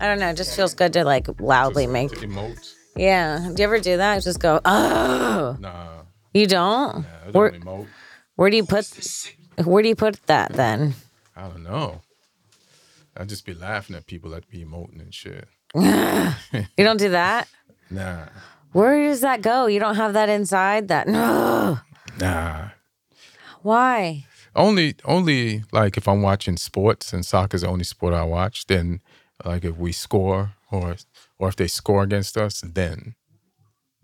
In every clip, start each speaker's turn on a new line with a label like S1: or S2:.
S1: don't know. It just feels good to like loudly
S2: Just
S1: make.
S2: to emote.
S1: Yeah. Do you ever do that? Just go, oh.
S2: Nah,
S1: You don't?
S2: I don't
S1: Where,
S2: emote.
S1: where do you put where do you put that then?
S2: I don't know. I just be laughing at people that be emoting and shit.
S1: You don't do that?
S2: Nah,
S1: Where does that go? You don't have that inside that. No.
S2: nah.
S1: Why?
S2: Only, only like if I'm watching sports and soccer's the only sport I watch. Then, like if we score or or if they score against us, then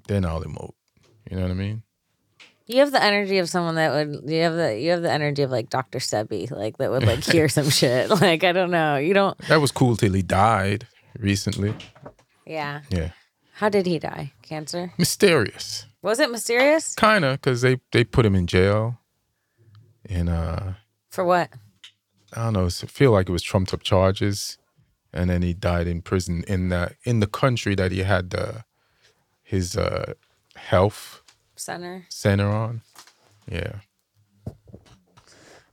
S2: then I'll emote. You know what I mean?
S1: You have the energy of someone that would you have the you have the energy of like Dr. Sebi, like that would like hear some shit. Like I don't know. You don't
S2: That was cool till he died recently.
S1: Yeah.
S2: Yeah,
S1: How did he die? Cancer?
S2: mysterious.
S1: Was it mysterious?
S2: Kinda, cause they they put him in jail, and uh,
S1: For what?
S2: I don't know. I feel like it was trumped up charges, and then he died in prison in the in the country that he had the his uh health
S1: Center?
S2: center on. Yeah,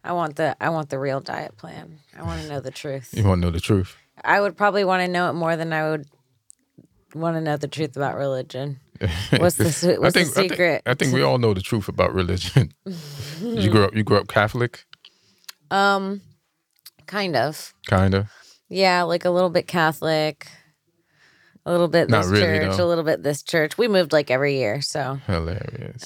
S1: I want the I want the real diet plan. I want to know the truth.
S2: you want to know the truth?
S1: I would probably want to know it more than I would want to know the truth about religion. What's the se- what's the secret?
S2: I think, I think we all know the truth about religion. you grew up you grew up Catholic,
S1: kind of.
S2: kinda.
S1: Yeah, like a little bit Catholic, a little bit
S2: Not
S1: this
S2: really,
S1: church,
S2: though.
S1: a little bit this church. We moved like every year, so
S2: Hilarious.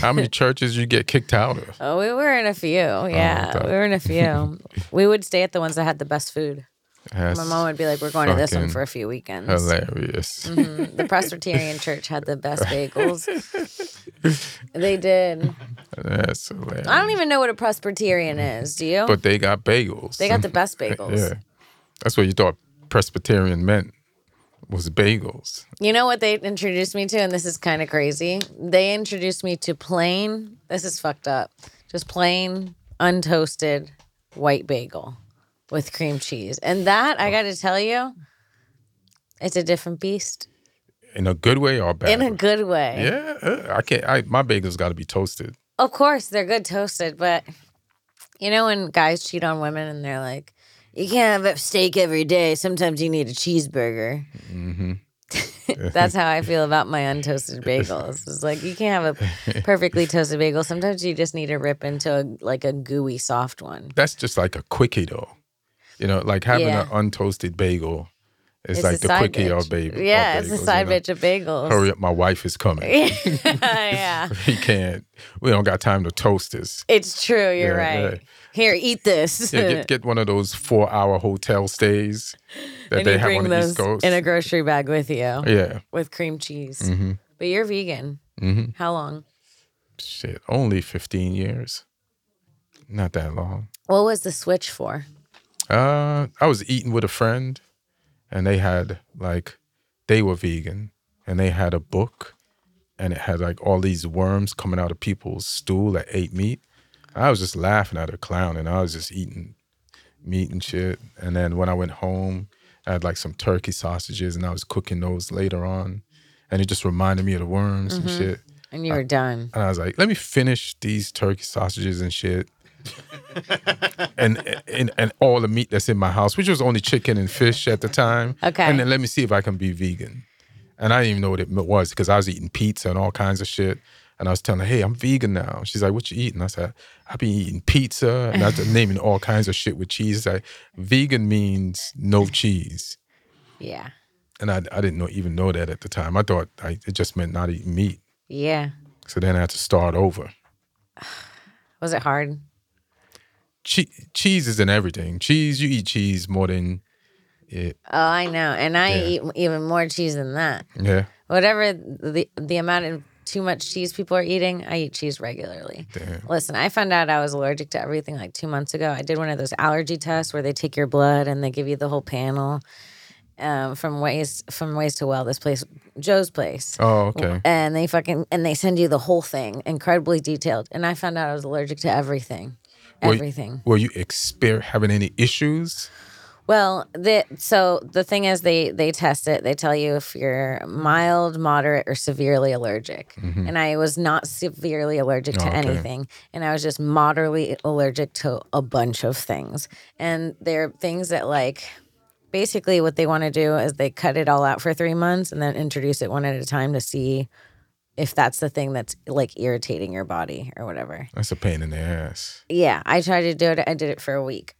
S2: How many churches you get kicked out of?
S1: oh, we were in a few. Yeah,
S2: Oh, okay.
S1: we were in a few. we would stay at the ones that had the best food.
S2: That's
S1: My mom would be like, "We're going to this one
S2: fucking
S1: for a few weekends."
S2: hilarious.
S1: The Presbyterian Church had the best bagels. they did.
S2: That's hilarious.
S1: I don't even know what a Presbyterian is. Do you?
S2: but they got bagels.
S1: they got the best bagels.
S2: Yeah. That's what you thought Presbyterian meant was bagels.
S1: You know what they introduced me to, and this is kind of crazy. They introduced me to plain. This is fucked up. Just plain, untoasted white bagel with cream cheese, and that I got to tell you, it's a different beast
S2: In a good way or bad.
S1: in a
S2: way.
S1: good way.
S2: Yeah. uh, I can't I my bagels gotta be toasted.
S1: Of course, they're good toasted, but you know when guys cheat on women and they're like, "You can't have steak every day. Sometimes you need a cheeseburger."
S2: Mm-hmm.
S1: That's how I feel about my untoasted bagels. It's like you can't have a perfectly toasted bagel. Sometimes you just need to rip into a, like a gooey soft one.
S2: That's just like a quickie though. You know, like having
S1: Yeah.
S2: an untoasted bagel is
S1: It's
S2: like
S1: a
S2: the
S1: side
S2: quickie
S1: bitch.
S2: of baby.
S1: Yeah, it's a side
S2: you know?
S1: bitch of bagels.
S2: Hurry up, my wife is coming.
S1: yeah,
S2: we can't we don't got time to toast this.
S1: it's true. You're
S2: Yeah,
S1: right.
S2: yeah.
S1: Here, eat this.
S2: Yeah, get get one of those four hour hotel stays that
S1: and
S2: they
S1: you
S2: have
S1: bring
S2: on the
S1: those
S2: East Coast.
S1: in a grocery bag with you.
S2: yeah.
S1: with cream cheese.
S2: Mm-hmm.
S1: But you're vegan. How long?
S2: Shit. Only fifteen years. Not that long.
S1: What was the switch for?
S2: Uh, I was eating with a friend, and they had like, they were vegan, and they had a book, and it had like all these worms coming out of people's stool that ate meat. I was just laughing at a clown, and I was just eating meat and shit. And then when I went home, I had like some turkey sausages, and I was cooking those later on, and it just reminded me of the worms and shit.
S1: And
S2: Uh,
S1: you were done.
S2: And I was like, let me finish these turkey sausages and shit. and, and and all the meat that's in my house, which was only chicken and fish at the time.
S1: Okay.
S2: And then let me see if I can be vegan. And I didn't even know what it was because I was eating pizza and all kinds of shit. And I was telling her, hey, I'm vegan now. She's like, what you eating? I said, I've been eating pizza and I was naming all kinds of shit with cheese. Like, vegan means no cheese.
S1: Yeah.
S2: And I, I didn't know, even know that at the time. I thought I, it just meant not eating meat.
S1: Yeah.
S2: So then I had to start over.
S1: Was it hard?
S2: che- cheese is in everything. Cheese, you eat cheese more than it.
S1: Oh, I know. And I
S2: Yeah.
S1: eat even more cheese than that.
S2: Yeah,
S1: Whatever the the amount of too much cheese people are eating, I eat cheese regularly.
S2: Damn.
S1: Listen, I found out I was allergic to everything like two months ago. I did one of those allergy tests where they take your blood and they give you the whole panel um, from ways from ways to well. This place, Joe's place.
S2: Oh, okay.
S1: and they fucking and they send you the whole thing incredibly detailed and i found out i was allergic to everything
S2: Were you-
S1: everything
S2: Were you exper having any issues?
S1: well the so the thing is they they test it they tell you if you're mild moderate or severely allergic and i was not severely allergic to
S2: okay.
S1: anything and i was just moderately allergic to a bunch of things and there are things that like basically what they want to do is they cut it all out for three months and then introduce it one at a time to see if that's the thing that's like irritating your body or whatever.
S2: That's a pain in the ass.
S1: Yeah, I tried to do it. I did it for a week.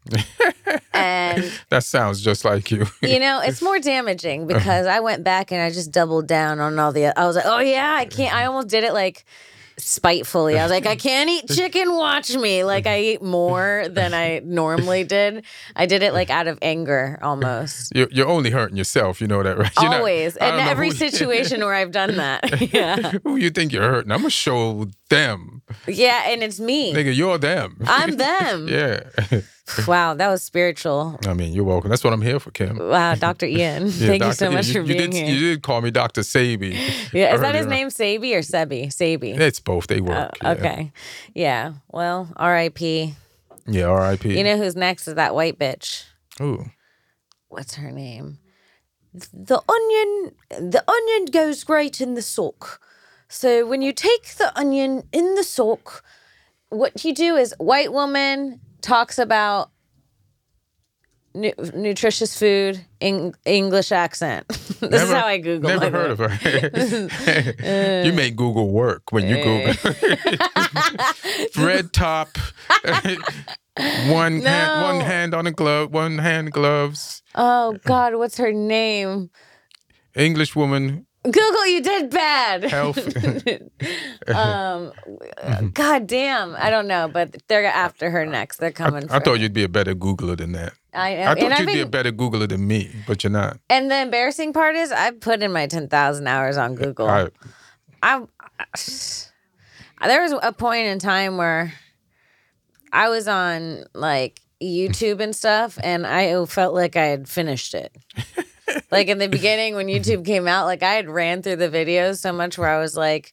S1: and
S2: That sounds just like you.
S1: you know, it's more damaging because I went back and I just doubled down on all the. I was like, oh yeah, I can't. I almost did it like spitefully. I was like, I can't eat chicken. Watch me. Like I eat more than I normally did. I did it like out of anger almost.
S2: You're, you're only hurting yourself. You know that, right? You're not-
S1: Always
S2: I
S1: in
S2: don't know
S1: every
S2: who-
S1: situation where I've done that. Yeah,
S2: Who you think you're hurting? I'm gonna show them,
S1: yeah, and it's me.
S2: nigga. You're them.
S1: I'm them.
S2: yeah.
S1: Wow, that was spiritual.
S2: I mean, you're welcome. That's what I'm here for, Kim.
S1: Wow, Dr. Ian,
S2: Yeah,
S1: thank you
S2: Dr.
S1: so much for being
S2: did,
S1: here.
S2: You did call me Dr. Sabi.
S1: yeah,
S2: I
S1: is that
S2: heard
S1: his
S2: you.
S1: name, Sabi or Sebi? Sabi.
S2: It's both. They
S1: Oh,
S2: work. yeah.
S1: okay. Yeah. Well, R.I.P.
S2: Yeah, R.I.P.
S1: You know who's next is that white bitch.
S2: Ooh.
S1: What's her name? The onion. The onion goes great in the sock. So when you take the onion in the sock, what you do is white woman talks about nu- nutritious food in English accent. this is
S2: Never-
S1: how I Google.
S2: Never
S1: by the
S2: heard
S1: way.
S2: of her. you make Google work when you Google red top, one hand, one
S1: No.
S2: hand on a glove, one hand gloves.
S1: Oh God, what's her name?
S2: English woman,
S1: Google, you did bad.
S2: health.
S1: um, God damn, I don't know, but they're after her next. They're coming.
S2: I
S1: for
S2: thought
S1: her.
S2: you'd be a better Googler than that.
S1: I am.
S2: I thought
S1: and
S2: you'd
S1: I've
S2: be a
S1: been,
S2: better Googler than me, but you're not.
S1: and the embarrassing part is I've put in my ten thousand hours on Google.
S2: I,
S1: I, there was a point in time where I was on like YouTube and stuff, and I felt like I had finished it. like in the beginning when YouTube came out, like I had ran through the videos so much where I was like,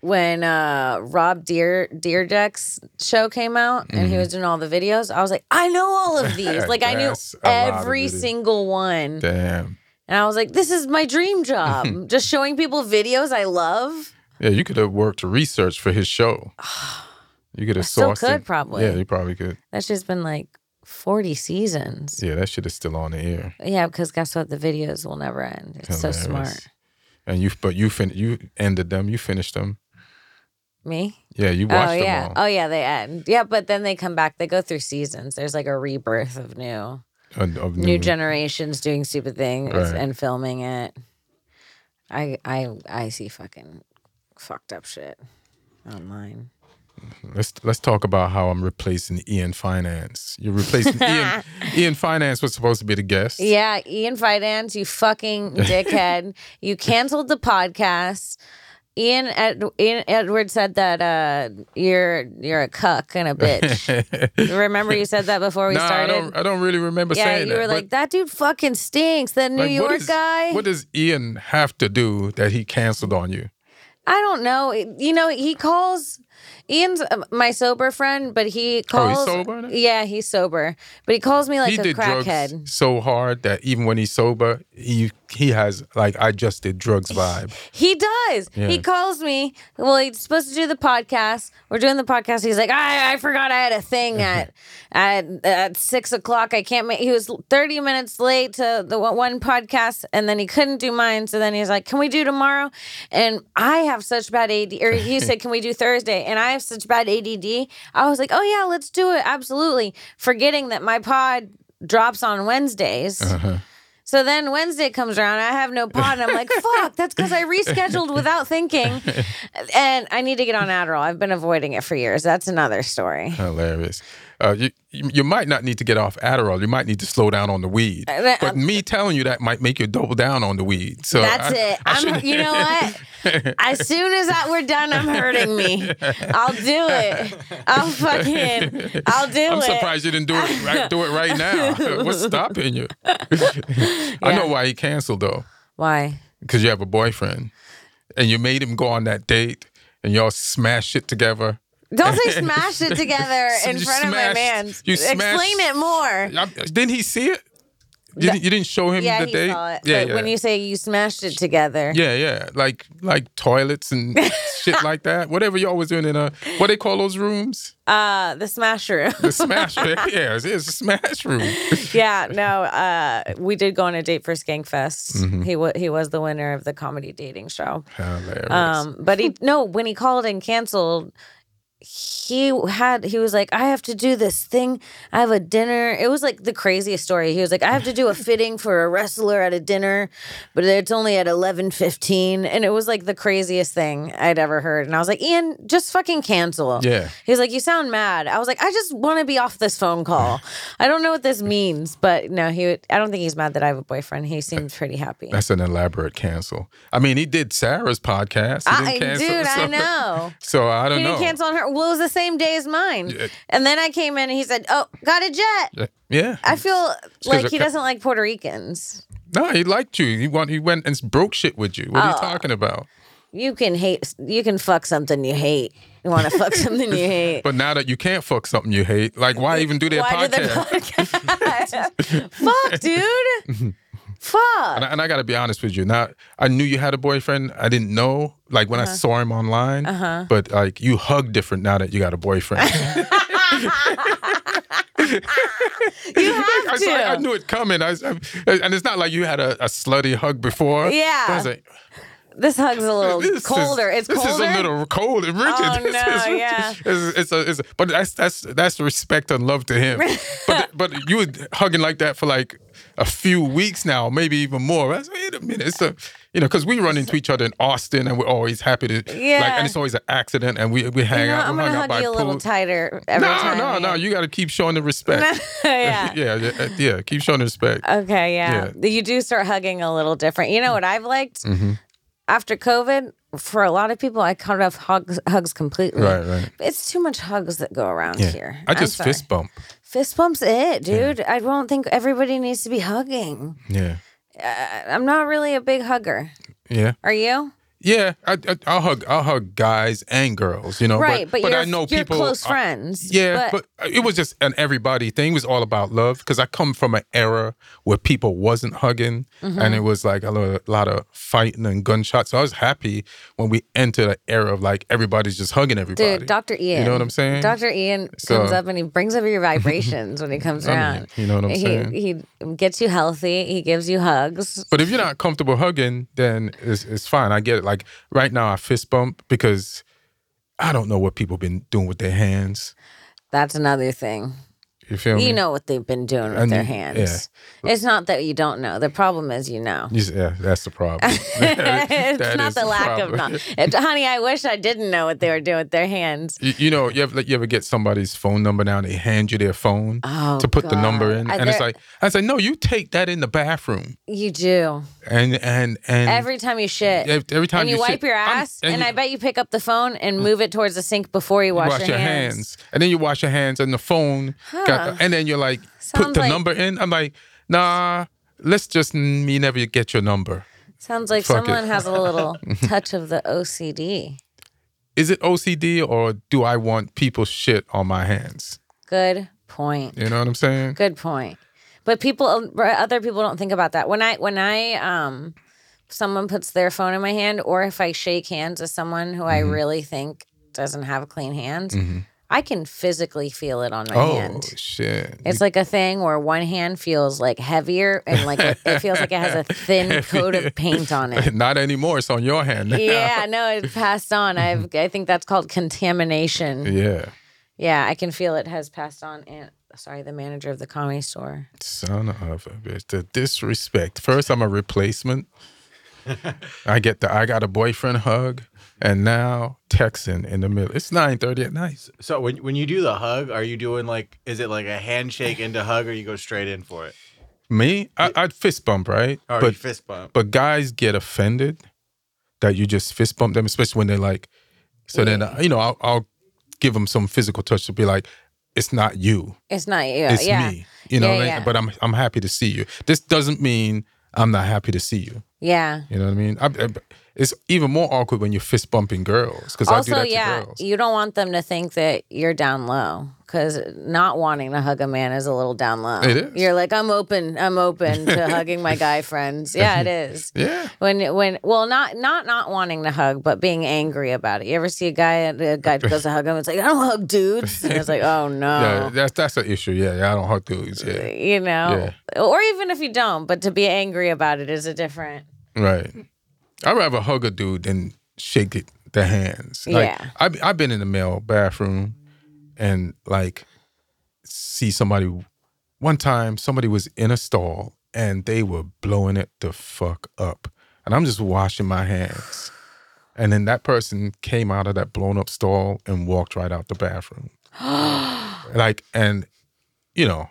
S1: when uh Rob Deer Deerdeck's show came out and
S2: Mm-hmm.
S1: he was doing all the videos, I was like, I know all of these. Like I knew
S2: That's a lot of
S1: every
S2: videos.
S1: single one.
S2: damn.
S1: And I was like, this is my dream job. Just showing people videos I love.
S2: Yeah, you could have worked research for his show. You could have
S1: still
S2: sourced
S1: could,
S2: it.
S1: probably.
S2: Yeah, you probably could.
S1: That's just been like 40 seasons.
S2: Yeah, that shit is still on the air.
S1: Yeah, because guess what? The videos will never end. It's so
S2: Hilarious.
S1: smart.
S2: And you, but you fin- you ended them. You finished them.
S1: Me?
S2: Yeah, you
S1: Oh,
S2: watched them
S1: yeah.
S2: all.
S1: Oh, yeah, they end. Yeah, but then they come back. They go through seasons. There's like a rebirth of new,
S2: Of- uh, of
S1: new
S2: new-
S1: generations doing stupid things
S2: Mm-hmm. Right.
S1: and filming it. I, I, I see fucking fucked up shit online.
S2: let's let's talk about how I'm replacing Ian Finance. You're replacing Ian. Ian Finance was supposed to be the guest.
S1: Yeah, Ian Finance, you fucking dickhead. you canceled the podcast. Ian, Ed- Ian Edward said that uh, you're you're a cuck and a bitch. Remember you said that before we
S2: nah, I
S1: started?
S2: don't. I don't really remember
S1: yeah,
S2: saying
S1: you
S2: that.
S1: were
S2: but,
S1: like, that dude fucking stinks. That New
S2: like,
S1: York
S2: what is-
S1: guy.
S2: What does Ian have to do that he canceled on you?
S1: I don't know. You know, he calls Ian's uh, my sober friend, but he
S2: Oh, he's
S1: calls.
S2: sober now?
S1: Yeah, he's sober, but he calls me like
S2: he
S1: a
S2: did
S1: crackhead.
S2: drugs so hard that even when he's sober, he he has like I just did drugs vibe.
S1: He does. He calls me. Well, he's supposed to do the podcast. We're doing the podcast. He's like, I, I forgot I had a thing at at at six o'clock. I can't make. He was thirty minutes late to the one- one podcast, and then he couldn't do mine. So then he's like, Can we do tomorrow? And I have such bad AD. Or he said, Can we do Thursday? And I have such bad ADD. I was like, Oh yeah, let's do it. Absolutely. Forgetting that my pod drops on Wednesdays. So then Wednesday comes around, I have no pod, and I'm like, fuck, that's because I rescheduled without thinking. And I need to get on Adderall. I've been avoiding it for years. That's another story.
S2: Hilarious. Uh, you you you might not need to get off Adderall. You might need to slow down on the weed.
S1: Uh,
S2: But me telling you that might make you double down on the weed. So
S1: That's
S2: I-
S1: it.
S2: I
S1: I'm,
S2: shouldn't-
S1: you know what? As soon as that we're done, I'm hurting me. I'll do it. I'll fucking, I'll do
S2: I'm
S1: it.
S2: surprised you didn't do it. Right, do it right now. What's stopping you? I know why he canceled though,
S1: Why?
S2: because you have a boyfriend, and you made him go on that date, and y'all smash it together.
S1: Don't say smash it together in
S2: You
S1: front of my
S2: smashed-
S1: man.
S2: you
S1: Explain
S2: smashed-
S1: it more.
S2: I- Didn't he see it? You, didn't- you didn't show him
S1: Uh, yeah,
S2: the
S1: he
S2: date?
S1: saw it.
S2: Yeah,
S1: but
S2: yeah.
S1: when you say you smashed it together,
S2: yeah, yeah. Like like toilets and shit like that. Whatever y'all was doing in a what they call those rooms?
S1: uh, the smash room.
S2: The smash room. Yeah, it's, it's a smash room.
S1: yeah, no, uh, we did go on a date for Skankfest. He wa he was the winner of the comedy dating show.
S2: Hilarious.
S1: Um, but he no, when he called and canceled, he had he was like, I have to do this thing. I have a dinner. It was like the craziest story. He was like, I have to do a fitting for a wrestler at a dinner, but it's only at eleven fifteen, and it was like the craziest thing I'd ever heard. And I was like, Ian, just fucking cancel.
S2: Yeah.
S1: He was like, You sound mad. I was like, I just want to be off this phone call. I don't know what this means, but no, he. would- I don't think he's mad that I have a boyfriend. He seemed pretty happy.
S2: That's an elaborate cancel. I mean, he did Sarah's podcast. He
S1: I,
S2: didn't cancel,
S1: dude,
S2: so,
S1: I know.
S2: So I don't
S1: He
S2: know.
S1: didn't cancel on her. Well, it was the same day as mine.
S2: Yeah.
S1: And then I came in and he said, Oh, got a jet.
S2: Yeah.
S1: I feel
S2: 'cause
S1: like he
S2: you're-
S1: doesn't like Puerto Ricans.
S2: no, he liked you. He went, he went and broke shit with you.
S1: Oh.
S2: What are you talking about?
S1: You can hate, you can fuck something you hate. You want to fuck something you hate.
S2: But now that you can't fuck something you hate, like why even do their
S1: Why
S2: podcast?
S1: did the podcast? fuck, dude. Fuck.
S2: and, I, and I gotta be honest with you. Now I knew you had a boyfriend. I didn't know, like when I saw him online. But like you hug different now that you got a boyfriend.
S1: You have
S2: I, saw- I
S1: to.
S2: knew it coming. I, I- and it's not like you had a, a slutty hug before.
S1: Yeah.
S2: But I was like,
S1: This hug's a little
S2: this
S1: colder.
S2: Is,
S1: it's
S2: this
S1: colder.
S2: is a little cold and rigid.
S1: Oh,
S2: This
S1: no,
S2: is rigid.
S1: yeah.
S2: It's, it's a, it's a- but that's that's that's respect and love to him. but but you were hugging like that for like a few weeks now, maybe even more. I was, Wait a minute, it's a you know because we run into each other in Austin and we're always happy to like,
S1: Yeah.
S2: and it's always an accident and we we
S1: You
S2: hang
S1: know,
S2: out.
S1: I'm
S2: we
S1: going
S2: hung
S1: to
S2: out by
S1: hug you a little
S2: pool.
S1: tighter every
S2: No,
S1: time.
S2: no, no! You got to keep showing the respect.
S1: yeah. Oh,
S2: yeah, yeah, yeah. Keep showing the respect.
S1: Okay, yeah. You do start hugging a little different. You know what I've liked?
S2: Mm-hmm.
S1: After COVID, for a lot of people, I cut off hugs, hugs completely.
S2: Right, right.
S1: It's too much hugs that go around here.
S2: I
S1: I'm
S2: just
S1: sorry.
S2: fist bump.
S1: Fist bumps it, dude. I don't think everybody needs to be hugging.
S2: Yeah,
S1: I- I'm not really a big hugger.
S2: yeah.
S1: Are
S2: Oh,
S1: you?
S2: Yeah, I, I, I'll hug. I'll hug guys and girls. You know,
S1: right, but,
S2: but,
S1: you're,
S2: I know
S1: you're
S2: people.
S1: close
S2: I-
S1: friends.
S2: yeah, but, uh, it was just an everybody thing. It was all about love because I come from an era where people wasn't hugging,
S1: Mm-hmm.
S2: and it was like a lo- lot of fighting and gunshots. So I was happy when we entered an era of like everybody's just hugging everybody.
S1: Dude, Dr. Ian.
S2: what I'm saying?
S1: Dr. Ian
S2: So-
S1: comes up and he brings up your vibrations when he comes
S2: mean,
S1: around.
S2: you know what I'm
S1: he,
S2: saying?
S1: He gets you healthy. He gives you hugs.
S2: But if you're not comfortable hugging, then it's, it's fine. I get it. Like right now, I fist bump because I don't know what people been doing with their hands.
S1: That's another thing.
S2: You feel me?
S1: You know what they've been doing with
S2: And
S1: their
S2: you-
S1: hands. It's not that you don't know. The problem is you know.
S2: You s- Yeah, that's the problem.
S1: it's
S2: That
S1: not
S2: is
S1: the lack of
S2: problem.
S1: knowledge. Honey, I wish I didn't know what they were doing with their hands.
S2: You, you know, you ever, like, you ever get somebody's phone number now and they hand you their phone
S1: Oh,
S2: to put the number
S1: God.
S2: in,
S1: I-
S2: and it's
S1: there-
S2: like I say, no, you take that in the bathroom,
S1: You do.
S2: and and and
S1: Every time you shit.
S2: ev- Mm. every time
S1: and you,
S2: shit-
S1: wipe your
S2: I'm-
S1: ass, and, I bet you pick up the phone and move it towards the sink before you wash,
S2: Mm. wash your hands. and then you wash your hands, and the phone, got, and then you're like, put
S1: Sounds
S2: the
S1: like-
S2: number in. I'm like, nah, let's just n- me never get your number.
S1: Sounds like
S2: Fuck it.
S1: someone has a little touch of the OCD.
S2: Is it OCD or do I want people's shit on my hands?
S1: Good point.
S2: You know what I'm saying?
S1: Good point. But people, um, other people don't think about that. When I, when I, um, someone puts their phone in my hand, or if I shake hands with someone who I
S2: Mm-hmm.
S1: really think doesn't have clean hands, I can physically feel it on my
S2: Oh
S1: hand.
S2: shit!
S1: It's like a thing where one hand feels like heavier and like it it feels like it has a thin coat of paint on it.
S2: Not anymore. It's on your hand. now.
S1: Yeah, no, it passed on. I've, I think that's called contamination.
S2: Mm-hmm. Yeah.
S1: Yeah, I can feel it has passed on. And sorry, the manager of the comedy store.
S2: Son of a bitch. The disrespect. First, I'm a replacement. I get the I got a boyfriend hug, and now texting in the middle. It's 9:30 at night.
S3: So when when you do the hug, are you doing like is it like a handshake into hug, or you go straight in for it,
S2: Me, I, I'd fist bump right,
S3: or Oh, you
S2: but
S3: fist bump?
S2: but guys get offended that you just fist bump them, especially when they're like. So then uh, you know I'll, I'll give them some physical touch to be like, it's not you.
S1: It's not you.
S2: it's
S1: yeah.
S2: me. You know,
S1: Yeah,
S2: like,
S1: yeah.
S2: but I'm I'm happy to see you. This doesn't mean I'm not happy to see you.
S1: Yeah.
S2: You know what I mean? I, I- It's even more awkward when you're fist bumping girls because I do
S1: also,
S2: that to
S1: yeah,
S2: girls.
S1: you don't want them to think that you're down low because not wanting to hug a man is a little down low.
S2: It is.
S1: You're like, I'm open. I'm open to hugging my guy friends. Yeah, it is.
S2: Yeah,
S1: When when well, not not not wanting to hug, but being angry about it. You ever see a guy a guy goes to hug him? It's like I don't hug dudes. And it's like, oh
S2: yeah,
S1: no.
S2: that's that's an issue. Yeah, yeah, I don't hug dudes. Yeah,
S1: You know, or even if you don't, but to be angry about it is a different.
S2: right. I'd rather hug a dude than shake it, the hands. Like,
S1: Yeah.
S2: I've I've been in the male bathroom, and like see somebody. One time, somebody was in a stall and they were blowing it the fuck up, and I'm just washing my hands. And then that person came out of that blown up stall and walked right out the bathroom. like and you know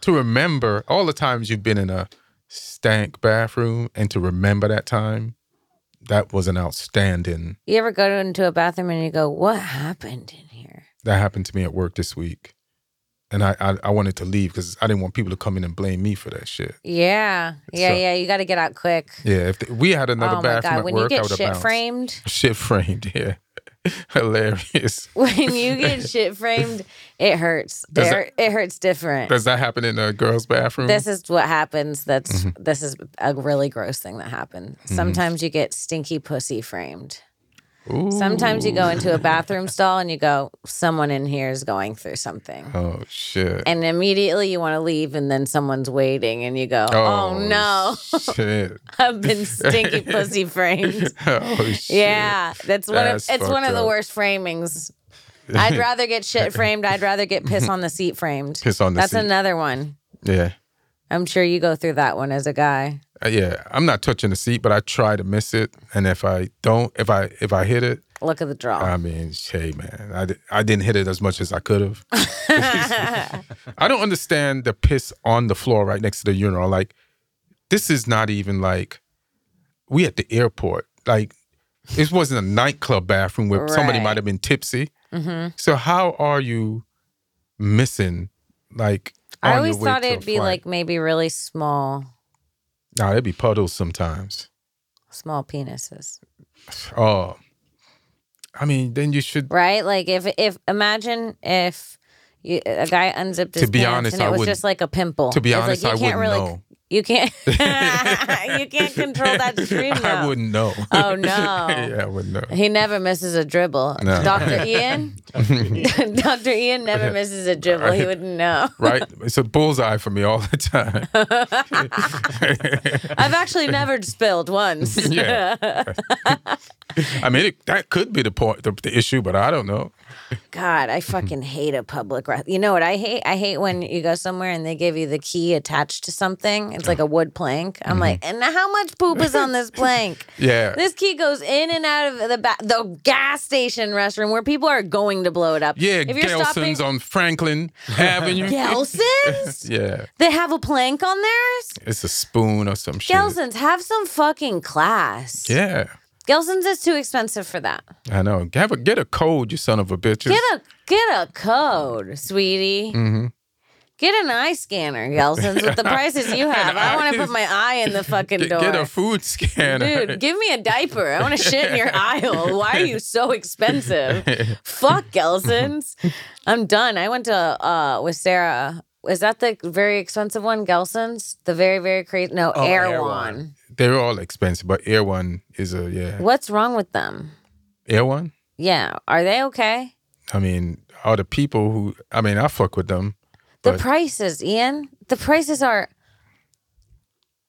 S2: to remember all the times you've been in a stank bathroom and to remember that time that was an outstanding
S1: You ever go into a bathroom and you go, what happened in here?
S2: that happened to me at work this week and i i, I wanted to leave because i didn't want people to come in and blame me for that shit
S1: Yeah, yeah,
S2: So-
S1: yeah. You got to get out quick.
S2: yeah if th- we had another
S1: oh my
S2: bathroom
S1: god,
S2: at
S1: when
S2: work
S1: you
S2: i
S1: get
S2: would have
S1: shit
S2: bounced
S1: framed,
S2: shit framed yeah hilarious
S1: when you get shit framed, it hurts. It,
S2: Does
S1: hurt- it hurts different.
S2: does that happen in a girl's bathroom
S1: This is what happens. That's
S2: Mm-hmm.
S1: this is a really gross thing that happened. Sometimes you get stinky pussy framed.
S2: Ooh.
S1: Sometimes you go into a bathroom stall and you go, someone in here is going through something.
S2: oh shit
S1: And immediately you want to leave, and then someone's waiting, and you go, "Oh, no,
S2: shit
S1: I've been stinky pussy framed."
S2: oh shit
S1: Yeah, that's one.
S2: That's
S1: of, it's one
S2: fucked
S1: of the
S2: up.
S1: worst framings. I'd rather get shit framed. I'd rather get piss on the seat framed.
S2: Piss on the
S1: that's
S2: seat.
S1: another one.
S2: yeah
S1: I'm sure you go through that one as a guy.
S2: Uh, yeah, I'm not touching the seat, but I try to miss it, and if I don't, if I if I hit it,
S1: Look at the draw.
S2: I mean, hey man, I, di- I didn't hit it as much as I could have. I don't understand the piss on the floor right next to the urinal. Like, this is not even like we at the airport. Like, this wasn't a nightclub bathroom where
S1: Right.
S2: somebody
S1: Mm-hmm.
S2: might have been tipsy. So how are you missing? Like, on
S1: I
S2: your
S1: always
S2: way
S1: thought
S2: to a
S1: it'd be
S2: flight?
S1: like maybe really small,
S2: nah, there'd be puddles sometimes.
S1: small penises,
S2: Oh, I mean, then you should.
S1: right? Like if if imagine if you, a guy unzipped
S2: To
S1: his
S2: be
S1: pants
S2: honest,
S1: and
S2: I
S1: it was
S2: wouldn't-
S1: just like a pimple.
S2: To be
S1: It's like
S2: honest,
S1: you
S2: I
S1: can't
S2: wouldn't
S1: really,
S2: know.
S1: You can't. you can't control that stream.
S2: I
S1: though.
S2: wouldn't know.
S1: Oh, no.
S2: yeah, I wouldn't know.
S1: He never misses a dribble.
S2: No.
S1: Dr. Ian? Dr. Ian never misses a dribble. He wouldn't know.
S2: Right? It's a bullseye for me all the time.
S1: I've actually never spilled once.
S2: Yeah. I mean, it, that could be the point, the, the issue, but I don't know.
S1: God, I fucking hate a public rest. You know what I hate? I hate when you go somewhere and they give you the key attached to something. It's like a wood plank.
S2: Mm-hmm.
S1: I'm like, and how much poop is on this plank?
S2: Yeah.
S1: This key goes in and out of the ba- the gas station restroom where people are going to blow it up.
S2: yeah,
S1: if you're
S2: Gelson's
S1: stopping
S2: on Franklin Avenue.
S1: Gelson's,
S2: Yeah,
S1: they have a plank on theirs.
S2: it's a spoon or some shit.
S1: Gelson's, have some fucking class.
S2: Yeah,
S1: Gelson's is too expensive for that.
S2: I know. Have a, get a code, you son of a bitch.
S1: Get a get a code, sweetie.
S2: Mm-hmm.
S1: Get an eye scanner, Gelson's, with the prices you have. I want to put my eye in the fucking door.
S2: Get a food scanner.
S1: Dude, give me a diaper. I want to shit in your aisle. Why are you so expensive? Fuck Gelson's. I'm done. I went to uh with Sarah. Is that the very expensive one, Gelson's? The very very crazy? No,
S3: Oh,
S1: Erewhon.
S2: They're all expensive, but Air One is a yeah.
S1: What's wrong with them?
S2: Air One.
S1: Yeah, are they okay?
S2: I mean, all the people who I mean, I fuck with them.
S1: The
S2: But-
S1: prices, Ian. The prices are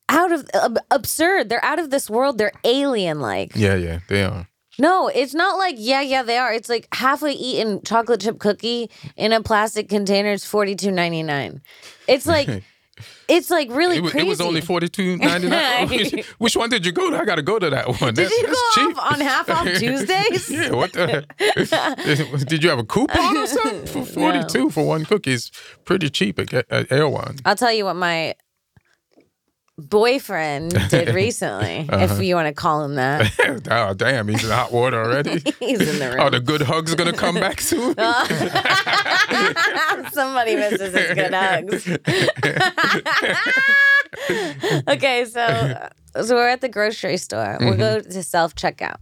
S1: out of ab- absurd. They're out of this world. They're alien like.
S2: Yeah, yeah, they are.
S1: No, it's not like yeah, yeah, they are. It's like halfway eaten chocolate chip cookie in a plastic container is forty two ninety nine. It's like it's like really
S2: It was,
S1: crazy.
S2: it was only forty two ninety nine. which, which one did you go to? I gotta go to that one.
S1: Did
S2: That's-
S1: you go
S2: that's cheap.
S1: off on half off Tuesdays?
S2: yeah, what the? did you have a coupon or something for forty two for one cookie? It's pretty cheap at, at Air One.
S1: I'll tell you what my boyfriend did recently,
S2: Uh-huh.
S1: if you want to call him that.
S2: oh, damn, he's in hot water already.
S1: He's in the room.
S2: Oh, the good hug's gonna come back soon.
S1: Somebody misses his good hugs. okay, so uh, so we're at the grocery store. We'll go
S2: Mm-hmm.
S1: to self checkout.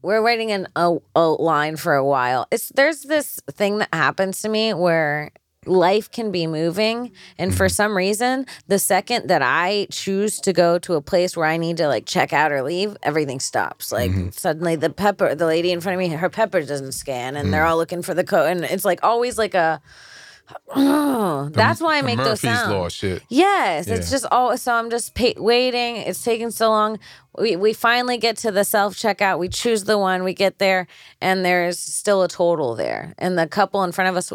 S1: We're waiting in a, a line for a while. It's there's this thing that happens to me where life can be moving and for
S2: Mm-hmm.
S1: some reason the second that i choose to go to a place where i need to like check out or leave everything stops like
S2: Mm-hmm.
S1: suddenly the pepper the lady in front of me her pepper doesn't scan and
S2: Mm.
S1: they're all looking for the code and it's like always like a that's why i
S2: The
S1: make
S2: Murphy's
S1: those sounds
S2: Law shit.
S1: Yes, it's
S2: Yeah.
S1: just all. So I'm just pa- waiting. It's taking so long. We we finally get to the self checkout. We choose the one. We get there, and there's still a total there. And the couple in front of us,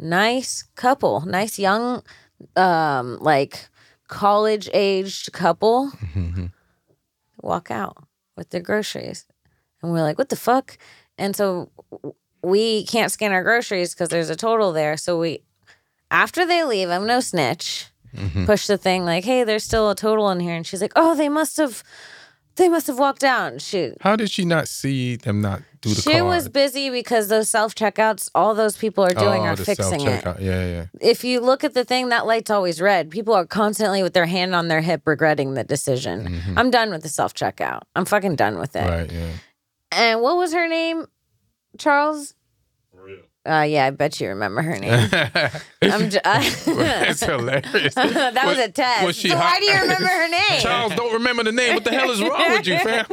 S1: nice couple, nice young, um, like college aged couple, walk out with their groceries, and we're like, what the fuck? And so w- we can't scan our groceries because there's a total there. So we after they leave, I'm no snitch.
S2: Hmm.
S1: Push the thing like, hey, there's still a total in here, and she's like, oh, they must have, they must have walked out. She
S2: How did she not see them not do the
S1: she
S2: card?
S1: was busy because those self checkouts, all those people are doing
S2: Oh,
S1: are
S2: the
S1: fixing it.
S2: self-checkout. Yeah, yeah.
S1: If you look at the thing, that light's always red. People are constantly with their hand on their hip, regretting the decision. I'm done with the self checkout. I'm fucking done with it.
S2: Mm-hmm. Right, yeah.
S1: And what was her name? Charles. Uh, yeah, I bet you remember her name. I'm j-
S2: That's hilarious.
S1: that was, a test.
S2: was she
S1: so
S2: hot?
S1: why do you remember her name?
S2: Charles don't remember the name. What the hell is wrong with you, fam?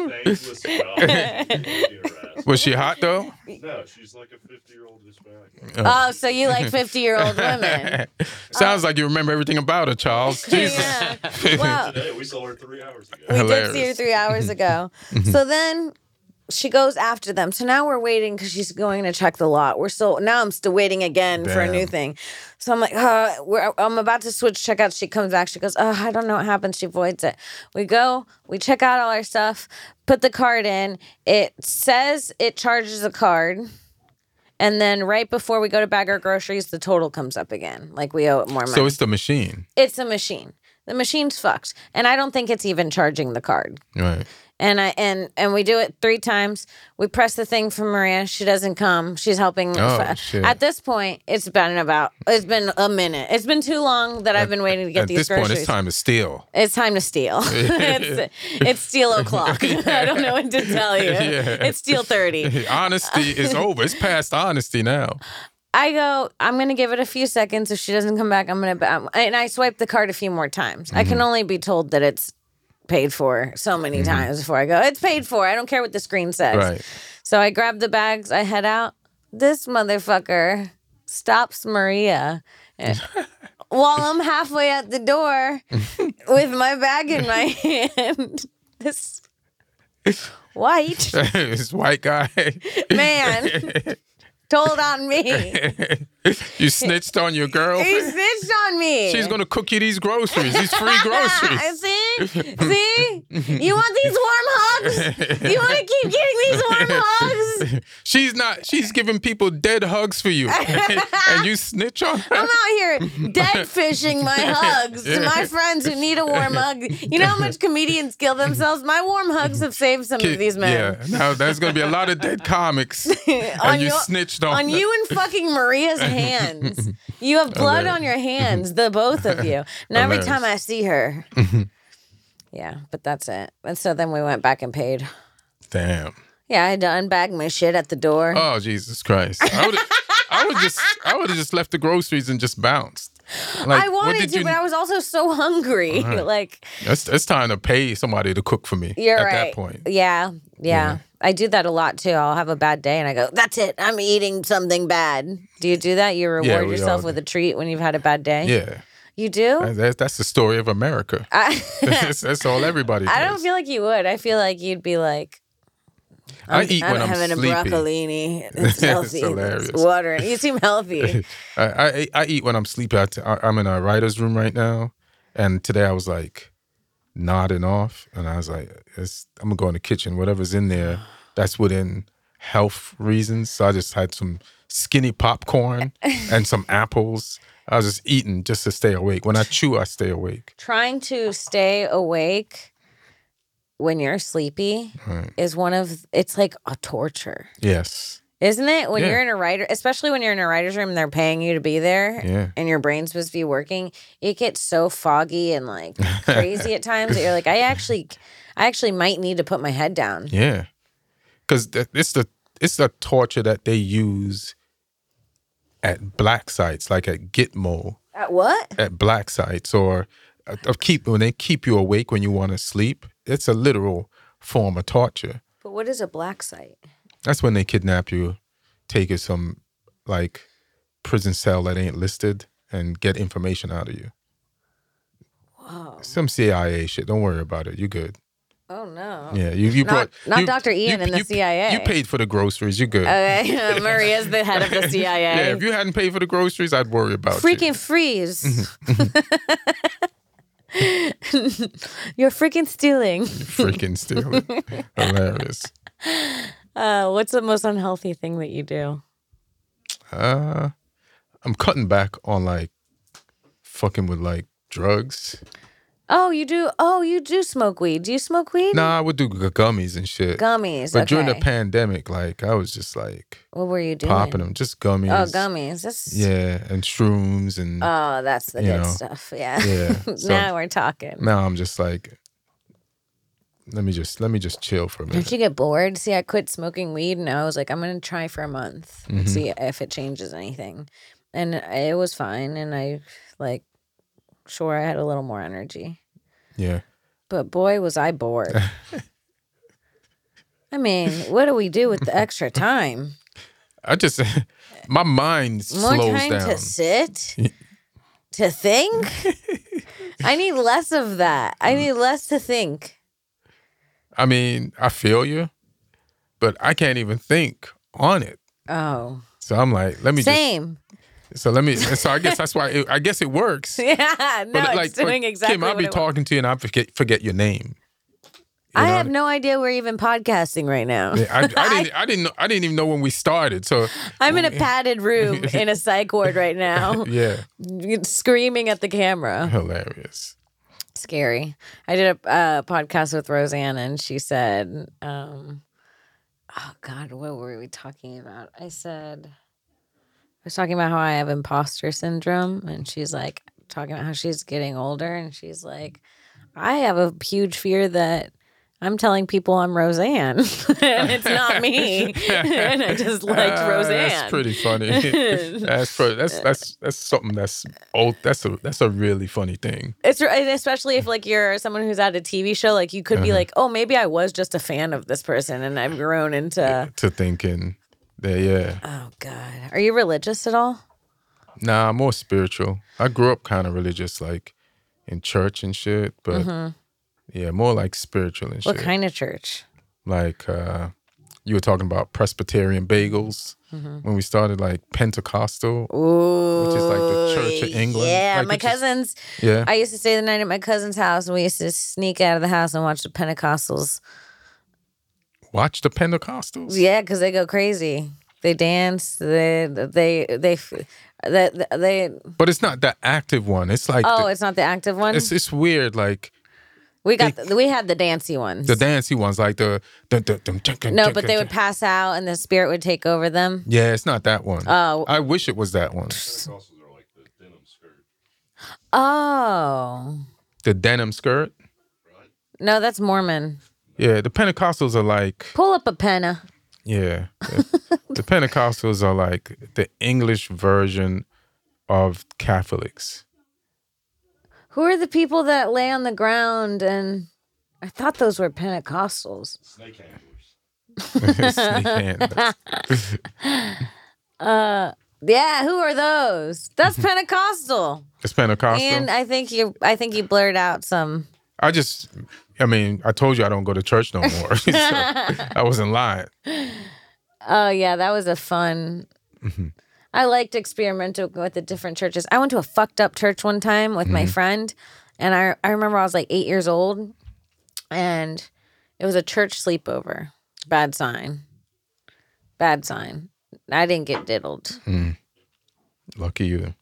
S2: Was she hot though?
S4: No, she's like a 50 year old Hispanic.
S1: Oh, so you like 50 year old women.
S2: Sounds like you remember everything about her, Charles. Jesus.
S1: Yeah. Well,
S4: Today, we saw her three hours ago.
S1: we did see her
S2: Hilarious. Mm-hmm.
S1: three hours ago. so then she goes after them. So now we're waiting because she's going to check the lot. We're still, now I'm still waiting again for a new
S2: Damn.
S1: thing. So I'm like, uh, we're, I'm about to switch checkouts. She comes back. She goes, oh, I don't know what happened. She voids it. We go, we check out all our stuff, put the card in. It says it charges a card. And then right before we go to bag our groceries, the total comes up again. Like we owe it more money.
S2: So it's the machine.
S1: it's a machine. The machine's fucked, and I don't think it's even charging the card.
S2: Right.
S1: And I and and we do it three times. We press the thing for Maria. She doesn't come. She's helping.
S2: Oh,
S1: F-
S2: shit.
S1: At this point, it's been about. It's been a minute. It's been too long that I've been waiting to get
S2: At
S1: these
S2: this
S1: groceries.
S2: point, it's time to steal.
S1: It's time to steal. it's, it's steal o'clock. I don't know what to tell you.
S2: Yeah.
S1: It's steal thirty.
S2: Honesty is over. It's past honesty now.
S1: I go, I'm going to give it a few seconds. If she doesn't come back, I'm going to. And I swipe the card a few more times. I
S2: Mm-hmm.
S1: can only be told that it's paid for so many times before I go, it's paid for. I don't care what the screen says.
S2: Right.
S1: So I grab the bags, I head out. This motherfucker stops Maria. and- While I'm halfway at the door with my bag in my hand, this white
S2: this white guy.
S1: man told on me.
S2: you snitched on your girl.
S1: He snitched on me.
S2: She's gonna cook you these groceries, these free groceries.
S1: See? See? You want these warm hugs? You want to keep getting these warm hugs?
S2: She's not. She's giving people dead hugs for you, and you snitch on her.
S1: I'm out here dead fishing my hugs to my friends who need a warm hug. You know how much comedians kill themselves? My warm hugs have saved some of these men.
S2: Yeah. Now there's gonna be a lot of dead comics,
S1: On
S2: and you
S1: your-
S2: snitched on.
S1: On
S2: them.
S1: you and fucking Maria's hands. You have blood
S2: Hilarious.
S1: on your hands, the both of you. And every
S2: Hilarious.
S1: time I see her. Yeah, but that's it. And so then we went back and paid.
S2: Damn.
S1: Yeah, I had to unbag my shit at the door.
S2: Oh Jesus Christ! I would. I would just. I would have just left the groceries and just bounced. Like,
S1: I
S2: what
S1: wanted
S2: did
S1: to,
S2: you-
S1: but I was also so hungry. Like
S2: It's, it's time to pay somebody to cook for me.
S1: you're
S2: at
S1: right.
S2: that point.
S1: Yeah, yeah, I do that a lot too. I'll have a bad day and I go, "That's it. I'm eating something bad." Do you do that? You
S2: Yeah,
S1: reward
S2: we all
S1: yourself
S2: do.
S1: with a treat when you've had a bad day.
S2: Yeah,
S1: you do.
S2: that's, that's the story of America.
S1: I,
S2: that's, that's all everybody.
S1: I don't
S2: does.
S1: feel like you would. I feel like you'd be like,
S2: I eat when I'm
S1: having
S2: sleepy.
S1: a broccolini. It's healthy.
S2: hilarious.
S1: It's water. You seem healthy."
S2: I, I I eat when I'm sleepy. I t- I, I'm in a writer's room right now, and today I was like nodding off, and I was like, it's, "I'm gonna go in the kitchen. Whatever's in there, that's within health reasons." So I just had some skinny popcorn and some apples. I was just eating just to stay awake. When I chew, I stay awake.
S1: trying to stay awake when you're sleepy
S2: Right.
S1: is one of it's like a torture.
S2: Yes,
S1: Isn't it? When
S2: Yeah.
S1: you're in a writer, especially when you're in a writer's room, they're paying you to be there
S2: Yeah.
S1: and your brain's supposed to be working. It gets so foggy and like crazy at times that you're like, I actually, I actually might need to put my head down.
S2: Yeah, because th- it's the it's the torture that they use at black sites, like at Gitmo,
S1: At what?
S2: at black sites, or uh, of keep when they keep you awake when you want to sleep. It's a literal form of torture.
S1: But what is a black site?
S2: That's when they kidnap you, take you some like prison cell that ain't listed, and get information out of you.
S1: Whoa.
S2: Some CIA shit. Don't worry about it. You good.
S1: Oh no.
S2: Yeah, you you
S1: Not-
S2: brought
S1: not
S2: you-
S1: Dr. Ian and the
S2: you-
S1: CIA.
S2: You paid for the groceries. You good.
S1: Okay. Maria's the head of the CIA.
S2: Yeah, if you hadn't paid for the groceries, I'd worry about
S1: freaking
S2: you.
S1: freeze. You're freaking stealing.
S2: Freaking stealing. Hilarious.
S1: Uh, what's the most unhealthy thing that you do?
S2: Uh, I'm cutting back on like fucking with like drugs.
S1: Oh, you do. Oh, you do smoke weed. Do you smoke weed?
S2: Nah, I would do g- gummies and shit.
S1: Gummies.
S2: but
S1: okay.
S2: during the pandemic, like I was just like
S1: what were you doing?
S2: popping them, just gummies.
S1: Oh, gummies. That's,
S2: Yeah, and shrooms and
S1: Oh, that's the
S2: You
S1: good
S2: know.
S1: stuff. Yeah.
S2: Yeah, so-
S1: now we're talking.
S2: now I'm just like, let me just let me just chill for a
S1: Don't
S2: minute.
S1: you get bored? See, I quit smoking weed and I was like, I'm going to try for a month
S2: Mm-hmm.
S1: and see if it changes anything. And it was fine. And I, like, sure, I had a little more energy.
S2: Yeah,
S1: But boy, was I bored. I mean, what do we do with the extra time?
S2: I just my mind
S1: More
S2: slows
S1: time
S2: down.
S1: to sit, to think. I need less of that.
S2: Mm.
S1: I need less to think.
S2: I mean, I feel you, but I can't even think on it.
S1: Oh,
S2: So I'm like, let me
S1: same.
S2: just. So let me. So I guess that's why. It, I guess it works.
S1: yeah, no, it's
S2: but,
S1: doing exactly.
S2: Kim, I'll
S1: what
S2: be
S1: it wa-
S2: talking to you and I forget forget your name. You
S1: I
S2: know?
S1: have no idea we're even podcasting right now.
S2: I, I didn't. I didn't. Know, I didn't even know when we started. So
S1: I'm in a padded room in a psych ward right now,
S2: yeah,
S1: screaming at the camera.
S2: hilarious.
S1: scary. I did a uh, podcast with Roseanne, and she said, um, "Oh God, what were we talking about?" I said, "I was talking about how I have imposter syndrome," and she's like talking about how she's getting older, and she's like, "I have a huge fear that." I'm telling people I'm Roseanne, and it's not me. and I just liked
S2: Ah,
S1: Roseanne.
S2: That's pretty funny. that's pretty, that's that's that's something that's old. That's a that's a really funny thing.
S1: It's and especially
S2: Mm.
S1: if like you're someone who's at a TV show, like you could
S2: Mm-hmm.
S1: be like, oh, maybe I was just a fan of this person, and I've grown into.
S2: To thinking, that yeah.
S1: Oh God, are you religious at all?
S2: Nah, more spiritual. I grew up kind of religious, like in church and shit, but
S1: Mm-hmm.
S2: yeah, more like spiritual and
S1: What
S2: shit.
S1: kind of church?
S2: Like uh, you were talking about Presbyterian bagels when we started, like Pentecostal.
S1: Mm-hmm. Ooh,
S2: is like the Church of England.
S1: Yeah,
S2: Like,
S1: my
S2: it's just-
S1: cousins.
S2: Yeah,
S1: I used to stay the night at my cousin's house, and we used to sneak out of the house and watch the Pentecostals.
S2: watch the Pentecostals.
S1: Yeah, because they go crazy. They dance. They they they they, they
S2: but it's not the active one. It's like
S1: Oh,
S2: the-
S1: it's not the active one.
S2: it's it's weird. Like
S1: we got the, we had the dancey ones.
S2: the dancey ones, like the the, the, the
S1: no, but they would pass out, and the spirit would take over them.
S2: Yeah, it's not that one.
S1: Oh.
S2: I wish it was that one.
S4: Pentecostals are like the denim skirt.
S1: Oh.
S2: The denim skirt.
S1: No, that's Mormon.
S2: Yeah, the Pentecostals are like
S1: Pull up a penna.
S2: Yeah. The, the Pentecostals are like the English version of Catholics.
S1: Who are the people that lay on the ground and I thought those were Pentecostals.
S4: Snake handlers.
S2: Snake handlers.
S1: Yeah, who are those? That's Pentecostal.
S2: It's Pentecostal.
S1: And I think you I think you blurred out some.
S2: I just, I mean, I told you I don't go to church no more. so I wasn't lying.
S1: Oh yeah, that was a fun I liked experimenting with the different churches. I went to a fucked up church one time with my friend and I I remember I was like eight years old and it was a church sleepover. Bad sign. Bad sign. I didn't get diddled.
S2: Lucky you.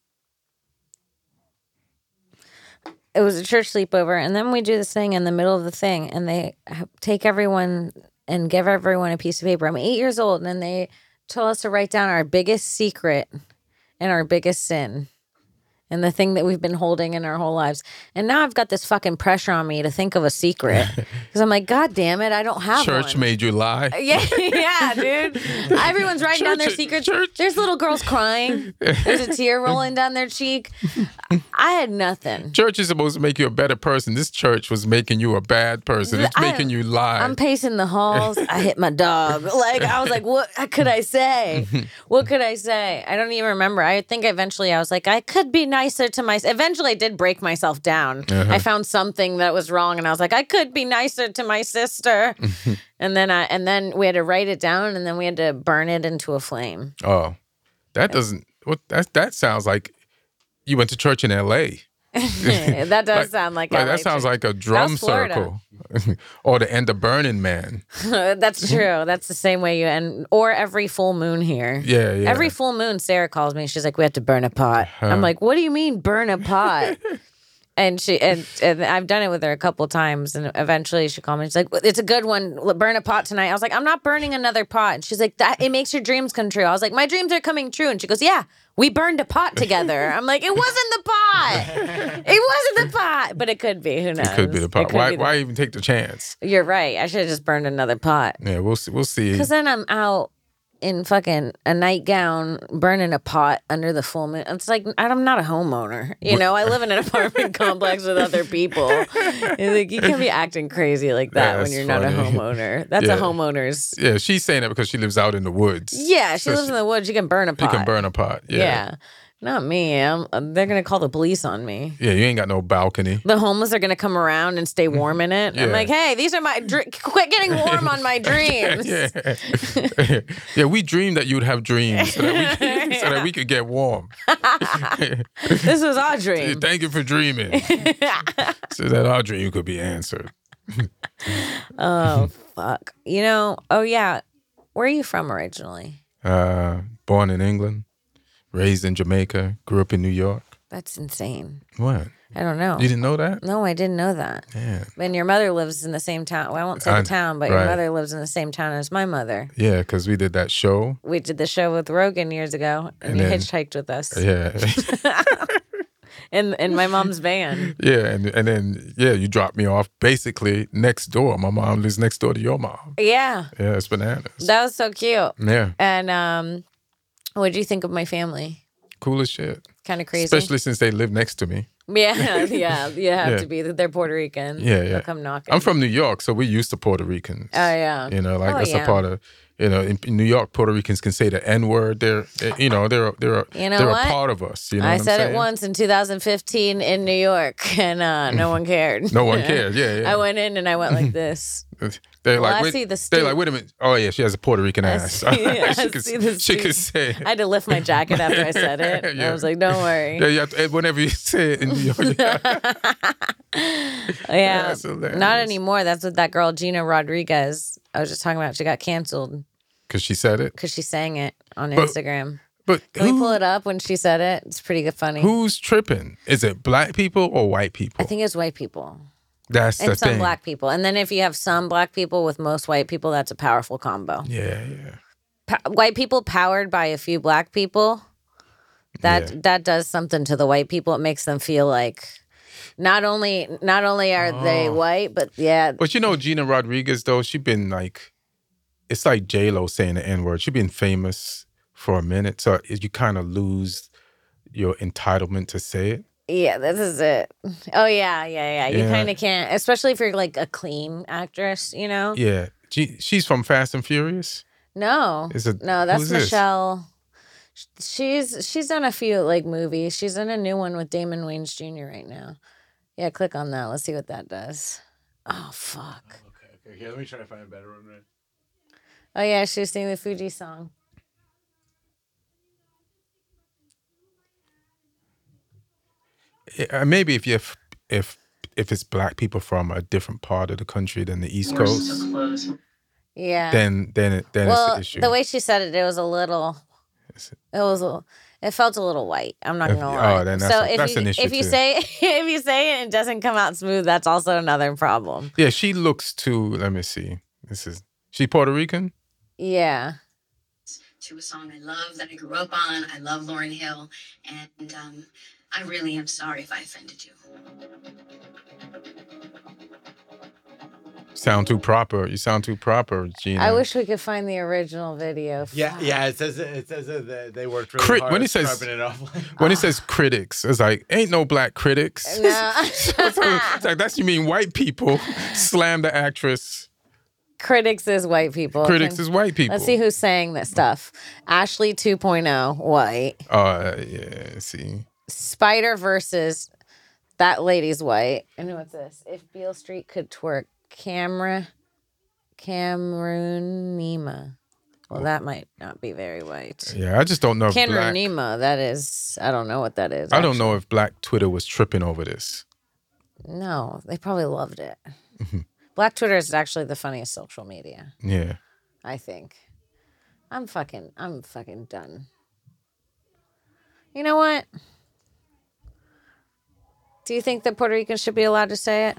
S1: It was a church sleepover, and then we do this thing in the middle of the thing, and they ha- take everyone and give everyone a piece of paper. I'm eight years old, and they told us to write down our biggest secret and our biggest sin and the thing that we've been holding in our whole lives. And now I've got this fucking pressure on me to think of a secret because I'm like, God damn it, I don't have
S2: Church
S1: one.
S2: made you lie.
S1: Yeah, yeah, dude. Everyone's writing down their
S2: Church-
S1: secrets.
S2: church-
S1: There's little girls crying. There's a tear rolling down their cheek. I had nothing.
S2: Church is supposed to make you a better person. This church was making you a bad person. It's
S1: I-
S2: making you lie.
S1: I'm pacing the halls. I hit my dog. Like I was like, what uh, could I say? What could I say? I don't even remember. I think eventually I was like, I could be nicer to myself. Eventually, I did break myself down.
S2: Uh-huh.
S1: I found something that was wrong, and I was like, I could be nicer to my sister. and then I and then we had to write it down, and then we had to burn it into a flame.
S2: oh, that doesn't. What that that sounds like? You went to church in L.A.
S1: that does
S2: Like-
S1: sound like,
S2: Like,
S1: LA
S2: that sounds
S1: church.
S2: like a drum
S1: was Florida.
S2: circle, or the end of Burning Man.
S1: that's true. That's the same way you end, or every full moon here.
S2: Yeah, Uh-huh. yeah.
S1: Every full moon, Sarah calls me. She's like, "We have to burn a pot." I'm like, "What do you mean burn a pot?" and she and, and I've done it with her a couple times, and eventually she called me. She's like, "Well, "It's a good one. L- Burn a pot tonight." I was like, "I'm not burning another pot." And she's like, "That it makes your dreams come true." I was like, "My dreams are coming true." And she goes, "Yeah." We burned a pot together. I'm like, it wasn't the pot. It wasn't the pot, but it could be. Who knows?
S2: could be the pot.
S1: could
S2: Why?
S1: be the-
S2: why even take the chance?
S1: You're right. I should have just burned another pot.
S2: Yeah, we'll see. We'll see.
S1: Because then I'm out in fucking a nightgown burning a pot under the full moon. It's like I'm not a homeowner. You know, I live in an apartment complex with other people. It's like you can't be acting crazy like that when
S2: That's
S1: you're not a
S2: funny.
S1: homeowner. That's
S2: Yeah.
S1: a homeowner's.
S2: Yeah, she's saying that because she lives out in the woods.
S1: Yeah, she
S2: So
S1: lives in the woods. She can burn a
S2: You
S1: pot.
S2: can burn a pot.
S1: Yeah.
S2: Yeah. yeah.
S1: Not me. I'm, uh, they're going to call the police on me.
S2: you ain't got no balcony.
S1: The homeless are going to come around and stay warm in it. I'm
S2: Yeah.
S1: like, hey, these are my, dr- quit getting warm on my dreams.
S2: Yeah. yeah, we dreamed that you'd have dreams so that we could, so that we could get warm.
S1: This was our dream.
S2: Thank you for dreaming. so that our dream could be answered.
S1: Oh fuck. You know, oh yeah. Where are you from originally?
S2: Uh, born in England, raised in Jamaica, grew up in New York.
S1: That's insane.
S2: What?
S1: I don't know.
S2: You didn't know that?
S1: No, I didn't know that.
S2: Yeah.
S1: And your mother lives in the same town. Well, I won't say
S2: I-
S1: the town, but your
S2: right.
S1: mother lives in the same town as my mother.
S2: Yeah, because we did that show.
S1: We did the show with Rogan years ago and,
S2: And
S1: you
S2: then-
S1: hitchhiked with us
S2: Yeah.
S1: in in my mom's van.
S2: yeah. And, and then, yeah, you dropped me off basically next door. My mom lives next door to your mom.
S1: Yeah.
S2: Yeah, it's bananas.
S1: That was so cute.
S2: Yeah,
S1: And um what do you think of my family?
S2: cool as shit.
S1: Kind of crazy.
S2: Especially since they live next to me.
S1: yeah, yeah, you have
S2: Yeah.
S1: to be. They're Puerto Rican.
S2: Yeah,
S1: They'll
S2: yeah.
S1: come knocking.
S2: I'm from New York, so we're used to Puerto Ricans.
S1: Oh yeah.
S2: You know, like
S1: Oh,
S2: that's
S1: yeah.
S2: a part of you know, in, in New York, Puerto Ricans can say the N word. They're, they- you know, they're they're
S1: You know
S2: they're
S1: what?
S2: a part of us. You know,
S1: I
S2: what I'm
S1: said it
S2: saying?
S1: once in 2015 in New York, and uh, no one cared.
S2: No one cares. Yeah, yeah.
S1: I went in and I went like this.
S2: They're
S1: Well,
S2: like,
S1: I
S2: wait,
S1: see the stoop.
S2: they're like, wait a minute. Oh yeah, she has a Puerto Rican ass.
S1: see- I
S2: she could,
S1: see the
S2: she could
S1: stoop.
S2: say.
S1: I had to lift my jacket after I said it. I
S2: Yeah.
S1: was like, "Don't worry."
S2: yeah, yeah. and Whenever you say it in New York, yeah.
S1: Yeah,
S2: That's hilarious.
S1: not anymore. That's what that girl Gina Rodriguez. I was just talking about. She got canceled
S2: because she said it.
S1: because she sang it on
S2: But
S1: Instagram.
S2: But
S1: Can we
S2: who-
S1: pull it up when she said it? It's pretty good, funny.
S2: who's tripping? Is it black people or white people?
S1: I think it's white people
S2: That's
S1: and
S2: the
S1: some
S2: thing.
S1: black people. And then if you have some black people with most white people, that's a powerful combo.
S2: Yeah, yeah.
S1: po- white people powered by a few black people that
S2: Yeah.
S1: that does something to the white people it makes them feel like not only not only are they
S2: Oh.
S1: white but yeah
S2: But you know, Gina Rodriguez though, she been like, it's like J Lo saying the N word. She been famous for a minute, so you kind of lose your entitlement to say it.
S1: yeah this is it oh yeah yeah yeah you
S2: Yeah.
S1: kind of can't especially if you're like a clean actress you know
S2: Yeah, G- she's from Fast and Furious.
S1: no
S2: Is it-
S1: no that's
S2: who's this?
S1: michelle she's she's done a few like movies she's in a new one with damon waynes jr right now yeah click on that let's see what that does oh fuck
S3: Okay, okay, here, let me try to find a better one. Right?
S1: Oh yeah, she was singing the Fuji song.
S2: Yeah, Eh, uh, maybe if you if if if it's black people from a different part of the country than the East Coast,
S1: Yeah.
S2: then then it, then
S1: well,
S2: it's an issue.
S1: the way she said it, it was a little. It was. A, it felt a little white. I'm not
S2: If-
S1: gonna
S2: oh,
S1: lie.
S2: then that's
S1: so
S2: a-
S1: if
S2: that's
S1: you
S2: an issue
S1: if you
S2: too.
S1: say if you say it and it doesn't come out smooth, that's also another problem.
S2: yeah, she looks too. Let me see. This is she Puerto Rican.
S1: Yeah.
S5: to a song I love that I grew up on. I love Lauren Hill, and um, I really am sorry if I offended you.
S2: Sound too proper. You sound too proper, Gina.
S1: I wish we could find the original video.
S3: Yeah,
S1: Fuck.
S3: yeah. It says it says that they- they worked really
S2: Crit-
S3: hard
S2: when
S3: at
S2: it says-
S3: sharpening it off.
S2: When it says critics, it's like ain't no black critics.
S1: No.
S2: it's like that's you mean white people slam the actress.
S1: Critics is white people.
S2: Critics
S1: Can-
S2: is white people.
S1: Let's see who's saying that stuff. Ashley 2.0, white.
S2: Uh, yeah. See,
S1: Spider versus that lady's white. And what's this? If Beale Street could twerk, camera, Cameroonima. Well, that might not be very white.
S2: yeah. I just don't know. If black,
S1: Cameroonima, that is, I don't know what that is.
S2: I don't know if Black Twitter was tripping over this.
S1: actually. No, they probably loved it.
S2: Mm-hmm.
S1: Black Twitter is actually the funniest social media,
S2: Yeah.
S1: I think. I'm fucking, I'm fucking done. You know what? Do you think that Puerto Ricans should be allowed to say it?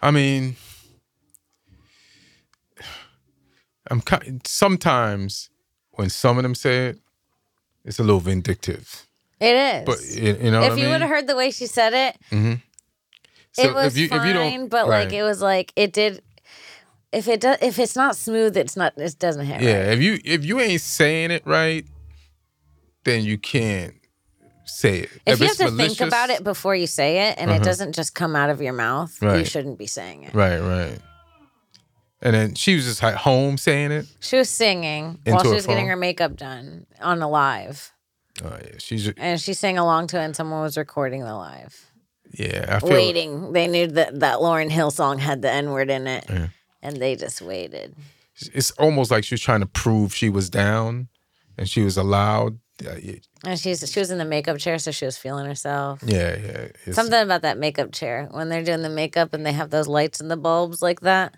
S2: I mean, I'm ki sometimes when some of them say it, it's a little vindictive.
S1: It is.
S2: But you, you know,
S1: if
S2: what I
S1: you
S2: mean?
S1: would have heard the way she said it,
S2: So
S1: it was fine. but
S2: right.
S1: like it was like it did. If it does, if it's not smooth, it's not. It doesn't hit.
S2: yeah,
S1: right.
S2: if you if you ain't saying it right, then you can't say it.
S1: If, you have
S2: it's
S1: to
S2: malicious-
S1: think
S2: Uh-huh.
S1: about it before you say it, and it doesn't just come out of your mouth, you
S2: Right.
S1: shouldn't be saying it.
S2: right, right. And then she was just at home saying it.
S1: She was singing
S2: Into
S1: while she
S2: her
S1: was getting
S2: phone?
S1: her makeup done on a live,
S2: Oh yeah, she's ju-
S1: and she sang along to it, and someone was recording the live.
S2: yeah. I feel
S1: Waiting, they knew that that Lauren Hill song had the N word in it,
S2: Yeah.
S1: and they just waited.
S2: it's almost like she was trying to prove she was down, and she was allowed. Yeah, yeah,
S1: And she's she was in the makeup chair, so she was feeling herself.
S2: yeah. it's-
S1: Something about that makeup chair when they're doing the makeup and they have those lights and the bulbs like that.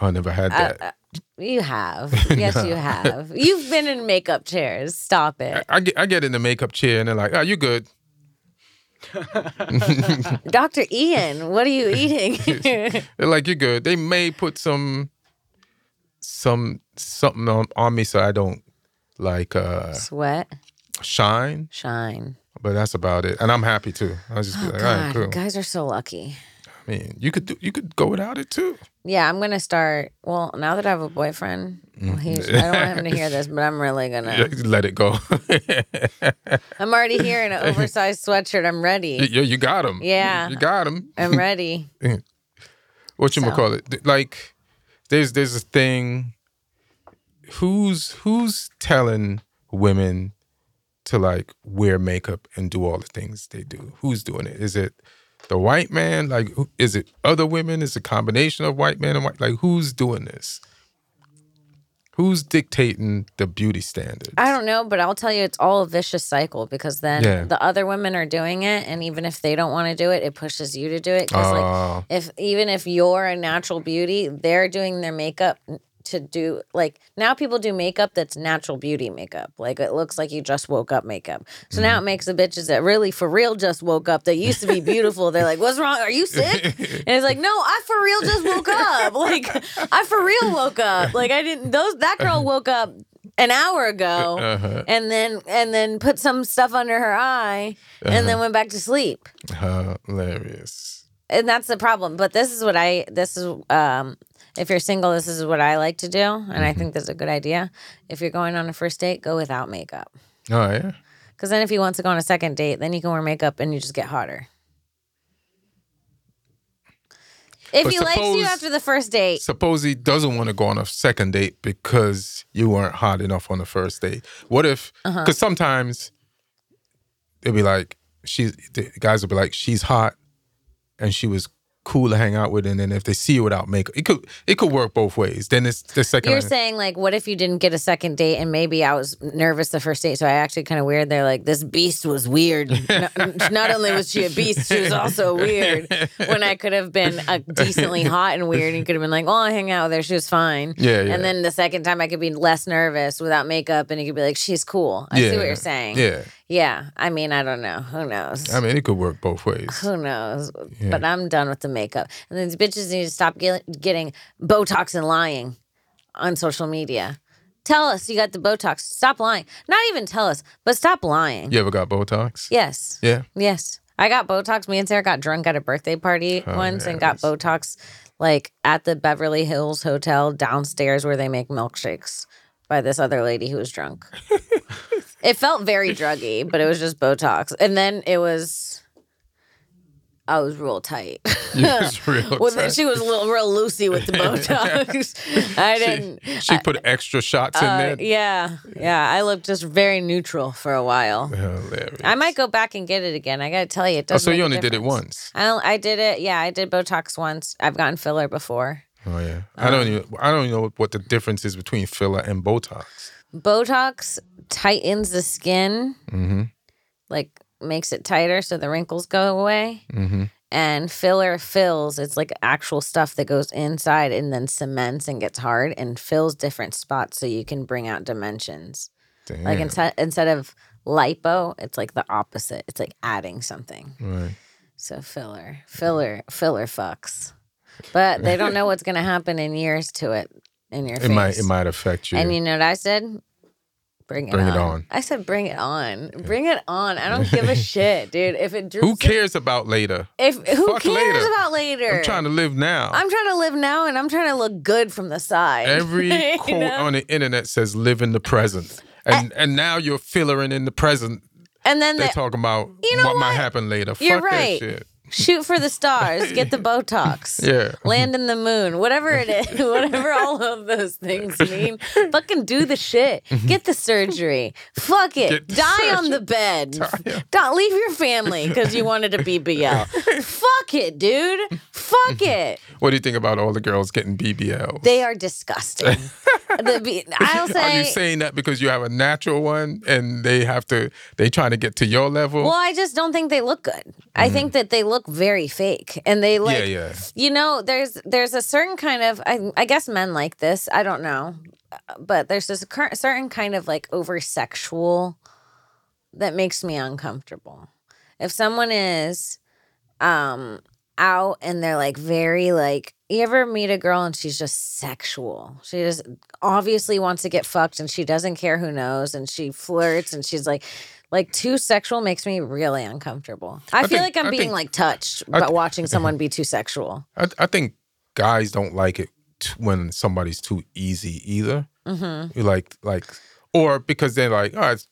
S2: I never had that.
S1: Uh, uh, you have, yes, you have. You've been in makeup chairs. Stop it,
S2: I get I get in the makeup chair and they're like, "Oh, you good?"
S1: Doctor Ian. What are you eating?
S2: They're like, "You good?" They may put some some something on, on me so I don't like uh
S1: Sweat,
S2: shine,
S1: shine.
S2: but that's about it. And I'm happy too. I just be like, "All right,
S1: Oh, God,
S2: cool."
S1: guys are so lucky.
S2: I mean, you could do you could go without it too.
S1: Yeah, I'm gonna start. Well, now that I have a boyfriend, well, he's, I don't want him
S2: Mm-hmm.
S1: to hear this, but I'm really gonna.
S2: Let it go.
S1: I'm already here in an oversized sweatshirt. I'm ready.
S2: you, you got him.
S1: Yeah.
S2: you got him.
S1: I'm ready.
S2: what you call it like there's there's a thing who's who's telling women to like wear makeup and do all the things they do who's doing it is it the white man like who, is it other women is it a combination of white men and white like who's doing this who's dictating the beauty standards
S1: I don't know, but I'll tell you, it's all a vicious cycle because then
S2: Yeah.
S1: the other women are doing it, and even if they don't want to do it, it pushes you to do it. Because like,
S2: Oh.
S1: if even if you're a natural beauty, they're doing their makeup to do like now people do makeup that's natural beauty makeup like it looks like you just woke up makeup so
S2: Mm-hmm.
S1: now it makes the bitches that really for real just woke up that used to be beautiful they're like what's wrong are you sick and it's like no i for real just woke up like i for real woke up like i didn't those that girl woke up an hour ago
S2: uh-huh,
S1: and then and then put some stuff under her eye and
S2: Uh-huh.
S1: then went back to sleep
S2: hilarious
S1: and that's the problem but this is what i this is um if you're single this is what i like to do and i
S2: Mm-hmm.
S1: think that's a good idea if you're going on a first date go without makeup
S2: oh yeah
S1: because then if you want to go on a second date then you can wear makeup and you just get hotter if
S2: But
S1: he likes you
S2: suppose-
S1: after the first date
S2: Suppose he doesn't want to go on a second date because you weren't hot enough on the first date. What if? Because
S1: Uh-huh.
S2: sometimes it'd be like she's the guys would be like she's hot and she was cool to hang out with, and then if they see you without makeup, it could it could work both ways. Then it's the 2nd
S1: You're saying like, what if you didn't get a second date and maybe I was nervous the first date, so I acted kind of weird. They're like, this beast was weird. not, not only was she a beast, she was also weird. When I could have been uh, decently hot and weird, and you could have been like, oh, I hang out with her, she was fine.
S2: Yeah, yeah.
S1: And then the second time, I could be less nervous without makeup, and you could be like, she's cool. I see what you're saying.
S2: Yeah,
S1: Yeah. I mean, I don't know. Who knows?
S2: I mean it could work both ways.
S1: Who knows? But I'm done with the makeup. And these bitches need to stop ge- getting Botox and lying on social media. Tell us you got the Botox. Stop lying. Not even tell us, but stop lying.
S2: You ever got Botox?
S1: Yes.
S2: Yeah.
S1: Yes. I got Botox. Me and Sarah got drunk at a birthday party
S2: Oh,
S1: once
S2: yeah,
S1: and got
S2: that's-
S1: Botox like at the Beverly Hills Hotel downstairs where they make milkshakes by this other lady who was drunk. it felt very druggy, but it was just Botox. And then it was I was real tight.
S2: Yeah, it's real
S1: Well, then
S2: tight.
S1: she was a little real loosey with the Botox. I didn't.
S2: She, she put extra shots
S1: uh,
S2: in there.
S1: yeah, yeah. I looked just very neutral for a while.
S2: Hilarious.
S1: I might go back and get it again. I gotta tell you, it
S2: Oh,
S1: does.
S2: so
S1: make
S2: you
S1: a
S2: only did it
S1: difference.
S2: once.
S1: I don't- I did it. Yeah, I did Botox once. I've gotten filler before.
S2: Oh yeah. I
S1: Um,
S2: don't even I don't even know what the difference is between filler and Botox.
S1: Botox tightens the skin,
S2: Mm-hmm.
S1: like makes it tighter, so the wrinkles go away.
S2: Mm-hmm.
S1: And filler fills. It's like actual stuff that goes inside and then cements and gets hard and fills different spots, so you can bring out dimensions.
S2: Damn.
S1: Like instead instead of lipo, it's like the opposite. It's like adding something.
S2: right.
S1: So filler, filler, filler fucks. But they don't know what's gonna happen in years to it in your
S2: It
S1: face.
S2: might it might affect you.
S1: And you know what I said? Bring it,
S2: Bring it
S1: on.
S2: on.
S1: I said, bring it on. Bring it on. I don't give a shit, dude. If it droops,
S2: Who cares about later?
S1: If who
S2: Fuck
S1: cares
S2: later.
S1: about later?
S2: I'm trying to live now.
S1: I'm trying to live now, and I'm trying to look good from the side.
S2: Every
S1: You
S2: quote
S1: know? Eh.
S2: on the internet says live in the present. And and now you're fillering in the present.
S1: and then
S2: They're
S1: they
S2: talking about
S1: Eh. You know
S2: what, might
S1: what?
S2: happen later.
S1: You're
S2: Fuck
S1: right.
S2: that shit.
S1: shoot for the stars, get the Botox.
S2: Yeah.
S1: land in the moon, whatever it is, whatever all of those things mean, fucking do the shit. Get the surgery. Fuck it.
S2: Mm-hmm. Get the
S1: Die on the bed. Don't leave your family because you wanted a BBL. Fuck it, dude. Fuck
S2: Mm-hmm.
S1: it.
S2: What do you think about all the girls getting BBLs?
S1: They are disgusting. The B- I'll
S2: Are
S1: say.
S2: you saying that because you have a natural one and they have to they trying to get to your level?
S1: well, I just don't think they look good. I think that they look very fake, and they like
S2: Mm-hmm. yeah, yeah.
S1: You know, there's there's a certain kind of I, I guess men like this. I don't know, but there's this cur- certain kind of like over sexual that makes me uncomfortable. If someone is um out and they're like very like you ever meet a girl and she's just sexual. She just obviously wants to get fucked and she doesn't care who knows and she flirts and she's like like too sexual makes me really uncomfortable. I, feel like
S2: think-
S1: I'm
S2: I
S1: being
S2: think-
S1: like touched
S2: I
S1: but
S2: th-
S1: watching someone be too sexual.
S2: I, I think guys don't like it t- when somebody's too easy either.
S1: Mhm.
S2: You Like like or because they're like, oh, it's,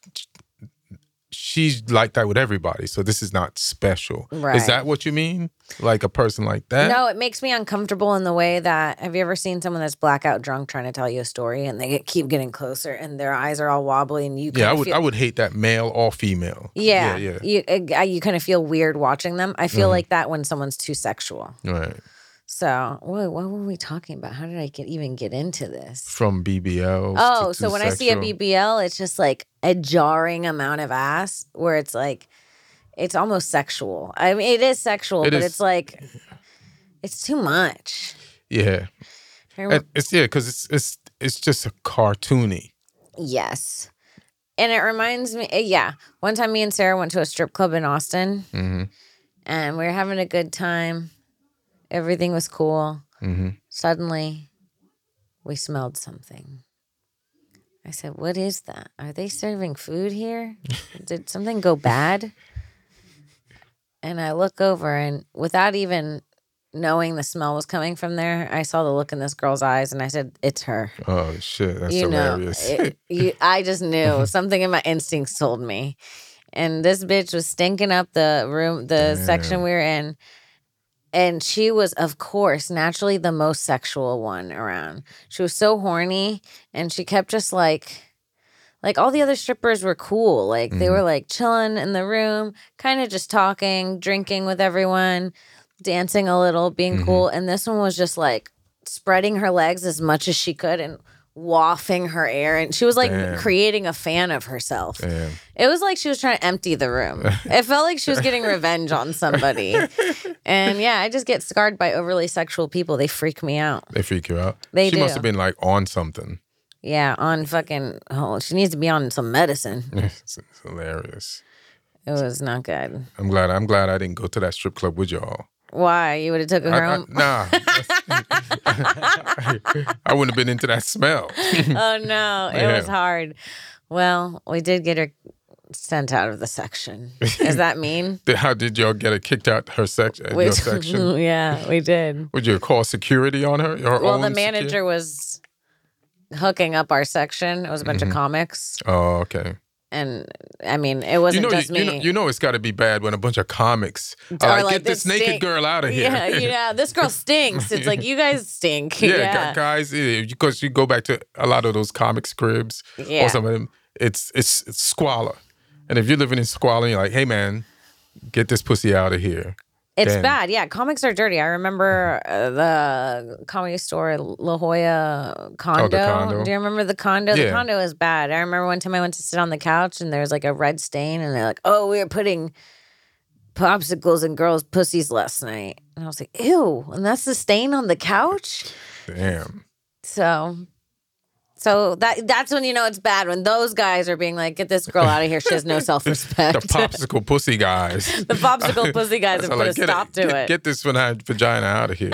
S2: she's like that with everybody, so this is not special.
S1: Right.
S2: Is that what you mean? Like a person like that?
S1: No, it makes me uncomfortable in the way that have you ever seen someone that's blackout drunk trying to tell you a story and they get, keep getting closer and their eyes are all wobbly and you
S2: Yeah, I
S1: kinda
S2: would
S1: feel-
S2: I would hate that male or female.
S1: yeah,
S2: Yeah, Mm-hmm.
S1: you uh, you kind of feel weird watching them. I feel like that when someone's too sexual.
S2: yeah. Right.
S1: So, whoa, what were we talking about? How did I get even get into this?
S2: From BBLs.
S1: Oh,
S2: to
S1: so
S2: too
S1: when I see a
S2: sexual.
S1: BBL, it's just like a jarring amount of ass where it's like it's almost sexual. I mean, it is sexual,
S2: It
S1: but
S2: is.
S1: it's like it's too much.
S2: Yeah.
S1: I rem-
S2: And it's yeah, because it's it's it's just a cartoony.
S1: Yes. And it reminds me, eh, yeah. One time, me and Sarah went to a strip club in Austin
S2: Mm-hmm.
S1: and we were having a good time. Everything was cool.
S2: Mm-hmm.
S1: Suddenly, we smelled something. I said, What is that? Are they serving food here? Did something go bad? And I look over, and without even knowing the smell was coming from there, I saw the look in this girl's eyes and I said, It's her
S2: Oh shit, that's
S1: you know,
S2: hilarious.
S1: it- you, I just knew something in my instincts told me. And this bitch was stinking up the room, the section
S2: Damn.
S1: we were in. And she was, of course, naturally the most sexual one around. She was so horny and she kept just like, like all the other strippers were cool. Like they
S2: Mm-hmm.
S1: were like chilling in the room, kind of just talking, drinking with everyone, dancing a little, being
S2: Mhm.
S1: cool. And this one was just like spreading her legs as much as she could and wafting her air. And she was like
S2: Damn.
S1: creating a fan of herself.
S2: Damn.
S1: It was like she was trying to empty the room. it felt like she was getting revenge on somebody. and yeah, I just get scarred by overly sexual people. They freak me out.
S2: They freak you out.
S1: They
S2: she must
S1: do.
S2: have been like on something.
S1: Yeah, on fucking, oh, she needs to be on some medicine.
S2: it's, it's hilarious.
S1: It was not good.
S2: I'm glad. I'm glad I didn't go to that strip club with y'all.
S1: Why you would have took her
S2: I- I-
S1: home?
S2: nah. I wouldn't have been into that smell.
S1: oh no, it
S2: Yeah.
S1: was hard. Well, we did get her sent out of the section. Does that mean?
S2: Then How did y'all get her kicked out her section?
S1: We-
S2: Your section?
S1: yeah, we did.
S2: Would you call security on her? Your
S1: Well, the
S2: own secu-
S1: manager was hooking up our section. It was a bunch of comics,
S2: Oh, okay.
S1: and I mean, it wasn't
S2: you know,
S1: just
S2: you,
S1: me.
S2: you know, you know, it's got to be bad when a bunch of comics
S1: Or
S2: are like,
S1: like
S2: "Get this
S1: this
S2: naked
S1: stink."
S2: girl out of here."
S1: yeah, you know, this girl stinks. It's like you guys stink.
S2: yeah, gu-
S1: Yeah,
S2: guys, because you go back to a lot of those comics cribs
S1: Yeah.
S2: or some of them, it's it's it's squalor, and if you're living in squalor, you're like, "Hey, man, get this pussy out of here."
S1: it's
S2: Damn. Mm-hmm.
S1: bad. Yeah, comics are dirty. I remember uh, the comedy store La Jolla condo.
S2: Oh, condo.
S1: Do you remember the condo? The
S2: Yeah.
S1: condo was bad. I remember one time I went to sit on the couch and there was like a red stain, and they're like, "Oh, we were putting." Popsicles and girls' pussies last night. And I was like, ew, and that's the stain on the couch?
S2: Damn.
S1: So so that that's when you know it's bad when those guys are being like, get this girl out of here. She has no self
S2: The
S1: respect.
S2: popsicle pussy guys.
S1: the popsicle pussy guys
S2: So
S1: have
S2: like,
S1: put a
S2: get
S1: stop to
S2: get,
S1: it.
S2: Get this vagi- vagina out of here.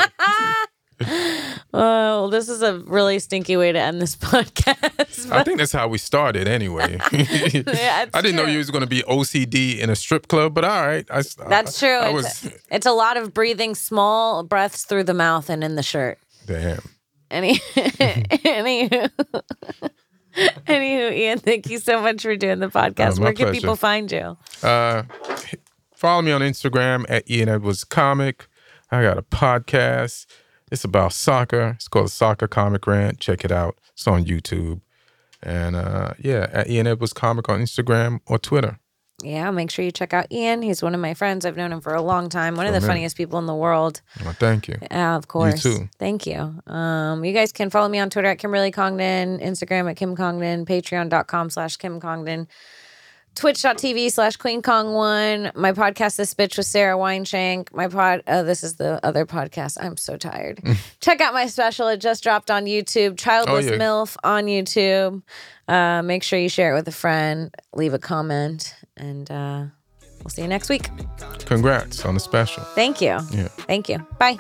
S1: Oh, this is a really stinky way to end this podcast.
S2: I think that's how we started anyway.
S1: it's
S2: I didn't know
S1: true.
S2: you was going to be OCD in a strip club, but all right. I,
S1: That's true.
S2: Uh, I, I
S1: it's,
S2: was
S1: it's a lot of breathing small breaths through the mouth and in the shirt.
S2: damn.
S1: Any anywho. Anywho, Ian, thank you so much for doing the podcast.
S2: Uh, my
S1: Where can
S2: pleasure.
S1: people find you?
S2: Uh, follow me on Instagram at Ian Edwards Comic. I got a podcast. It's about soccer. It's called Soccer Comic Rant. Check it out. It's on YouTube. And uh, yeah, at Ian Edwards Comic on Instagram or Twitter.
S1: Yeah, make sure you check out Ian. He's one of my friends. I've known him for a long time. One of the
S2: man.
S1: funniest people in the world.
S2: Well, thank you.
S1: Yeah, of course.
S2: too.
S1: Thank you. Um, you guys can follow me on Twitter at Kimberly Congdon, Instagram at Kim Congdon, patreon.com slash Kim Congdon, twitch.tv slash Queen Kong One. My podcast, This Bitch with Sarah Wineshank. My pod, oh, this is the other podcast. I'm so tired. Check out my special. It just dropped on YouTube, Childless
S2: Oh, yeah.
S1: MILF on YouTube. Uh, make sure you share it with a friend, leave a comment, and uh, we'll see you next week.
S2: Congrats on the special.
S1: Thank you.
S2: Yeah.
S1: Thank you. Bye.